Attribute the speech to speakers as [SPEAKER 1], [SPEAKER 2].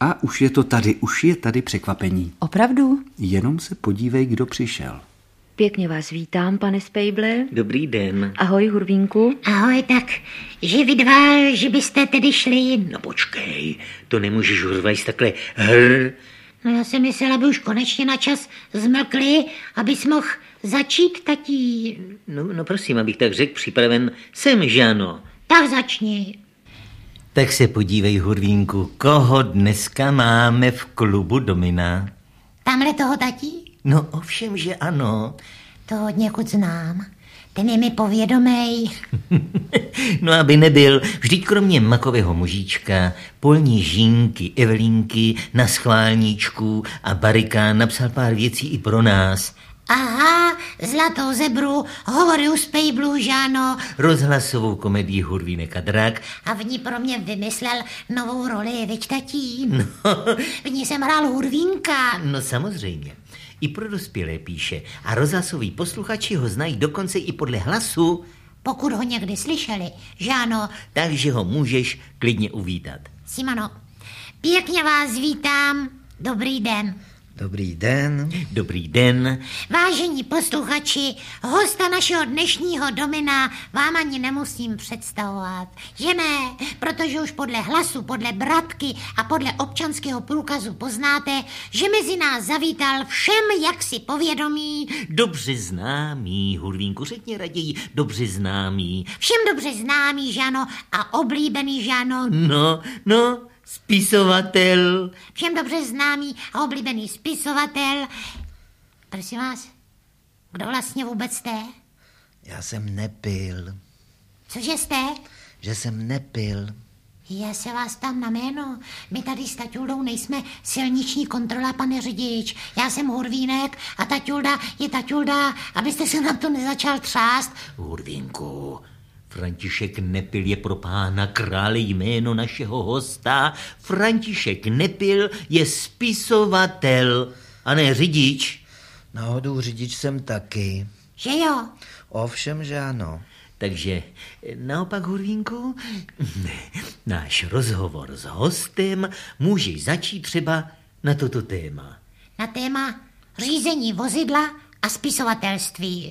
[SPEAKER 1] A už je to tady, už je tady překvapení.
[SPEAKER 2] Opravdu?
[SPEAKER 1] Jenom se podívej, kdo přišel.
[SPEAKER 2] Pěkně vás vítám, pane Spejble.
[SPEAKER 3] Dobrý den.
[SPEAKER 2] Ahoj, Hurvínku.
[SPEAKER 4] Ahoj, tak, že vy dva, že byste tedy šli...
[SPEAKER 3] No počkej, to nemůžeš urvajst takhle hr.
[SPEAKER 4] No já jsem myslela, aby už konečně na čas zmlkli, abys mohl začít, tatí.
[SPEAKER 3] No, no prosím, abych tak řekl, připraven jsem, že ano.
[SPEAKER 4] Tak začni.
[SPEAKER 3] Tak se podívej, Hurvínku, koho dneska máme v klubu Domina?
[SPEAKER 4] Tamhle toho tatí?
[SPEAKER 3] No ovšem, že ano.
[SPEAKER 4] To od někud znám. Ten je mi povědomej.
[SPEAKER 3] No aby nebyl, vždyť kromě makového mužíčka, polní žínky, Evelínky, na schválníčku a barika napsal pár věcí i pro nás.
[SPEAKER 4] Aha, zlatou zebru, hovory u Spejblu, že ano.
[SPEAKER 3] Rozhlasovou komedii Hurvínek a drak.
[SPEAKER 4] A v ní pro mě vymyslel novou roli, viď tatí?
[SPEAKER 3] No,
[SPEAKER 4] V ní jsem hrál hurvínka.
[SPEAKER 3] no samozřejmě. I pro dospělé píše. A rozhlasoví posluchači ho znají dokonce i podle hlasu,
[SPEAKER 4] Pokud ho někdy slyšeli, že ano,
[SPEAKER 3] takže ho můžeš klidně uvítat.
[SPEAKER 4] Simano, pěkně vás vítám. Dobrý den.
[SPEAKER 5] Dobrý den.
[SPEAKER 3] Dobrý den.
[SPEAKER 4] Vážení posluchači, hosta našeho dnešního domina vám ani nemusím představovat. Že ne, protože už podle hlasu, podle bratky a podle občanského průkazu poznáte, že mezi nás zavítal všem jaksi povědomí,
[SPEAKER 3] Dobře známý, Hurvínku, řekni raději, dobře známý.
[SPEAKER 4] všem dobře známý Žano a oblíbený Žano,
[SPEAKER 3] No, no, spisovatel.
[SPEAKER 4] všem dobře známý a oblíbený spisovatel. Prosím vás, kdo vlastně vůbec jste?
[SPEAKER 5] Já jsem nepil.
[SPEAKER 4] Cože jste?
[SPEAKER 5] Že jsem nepil.
[SPEAKER 4] Já se vás tam na jméno. My tady s Taťuldou nejsme silniční kontrola, pane řidič. Já jsem Hurvínek a Taťulda je Taťulda, abyste se nám to nezačal třást.
[SPEAKER 3] Hurvínku, František Nepil je pro pána krále jméno našeho hosta. František Nepil je spisovatel, a ne řidič.
[SPEAKER 5] Náhodou řidič jsem taky.
[SPEAKER 4] Že jo?
[SPEAKER 5] Ovšem, že ano.
[SPEAKER 3] Takže eh, naopak, Hurvínku, náš rozhovor s hostem může začít třeba na toto téma.
[SPEAKER 4] Na téma řízení vozidla a spisovatelství.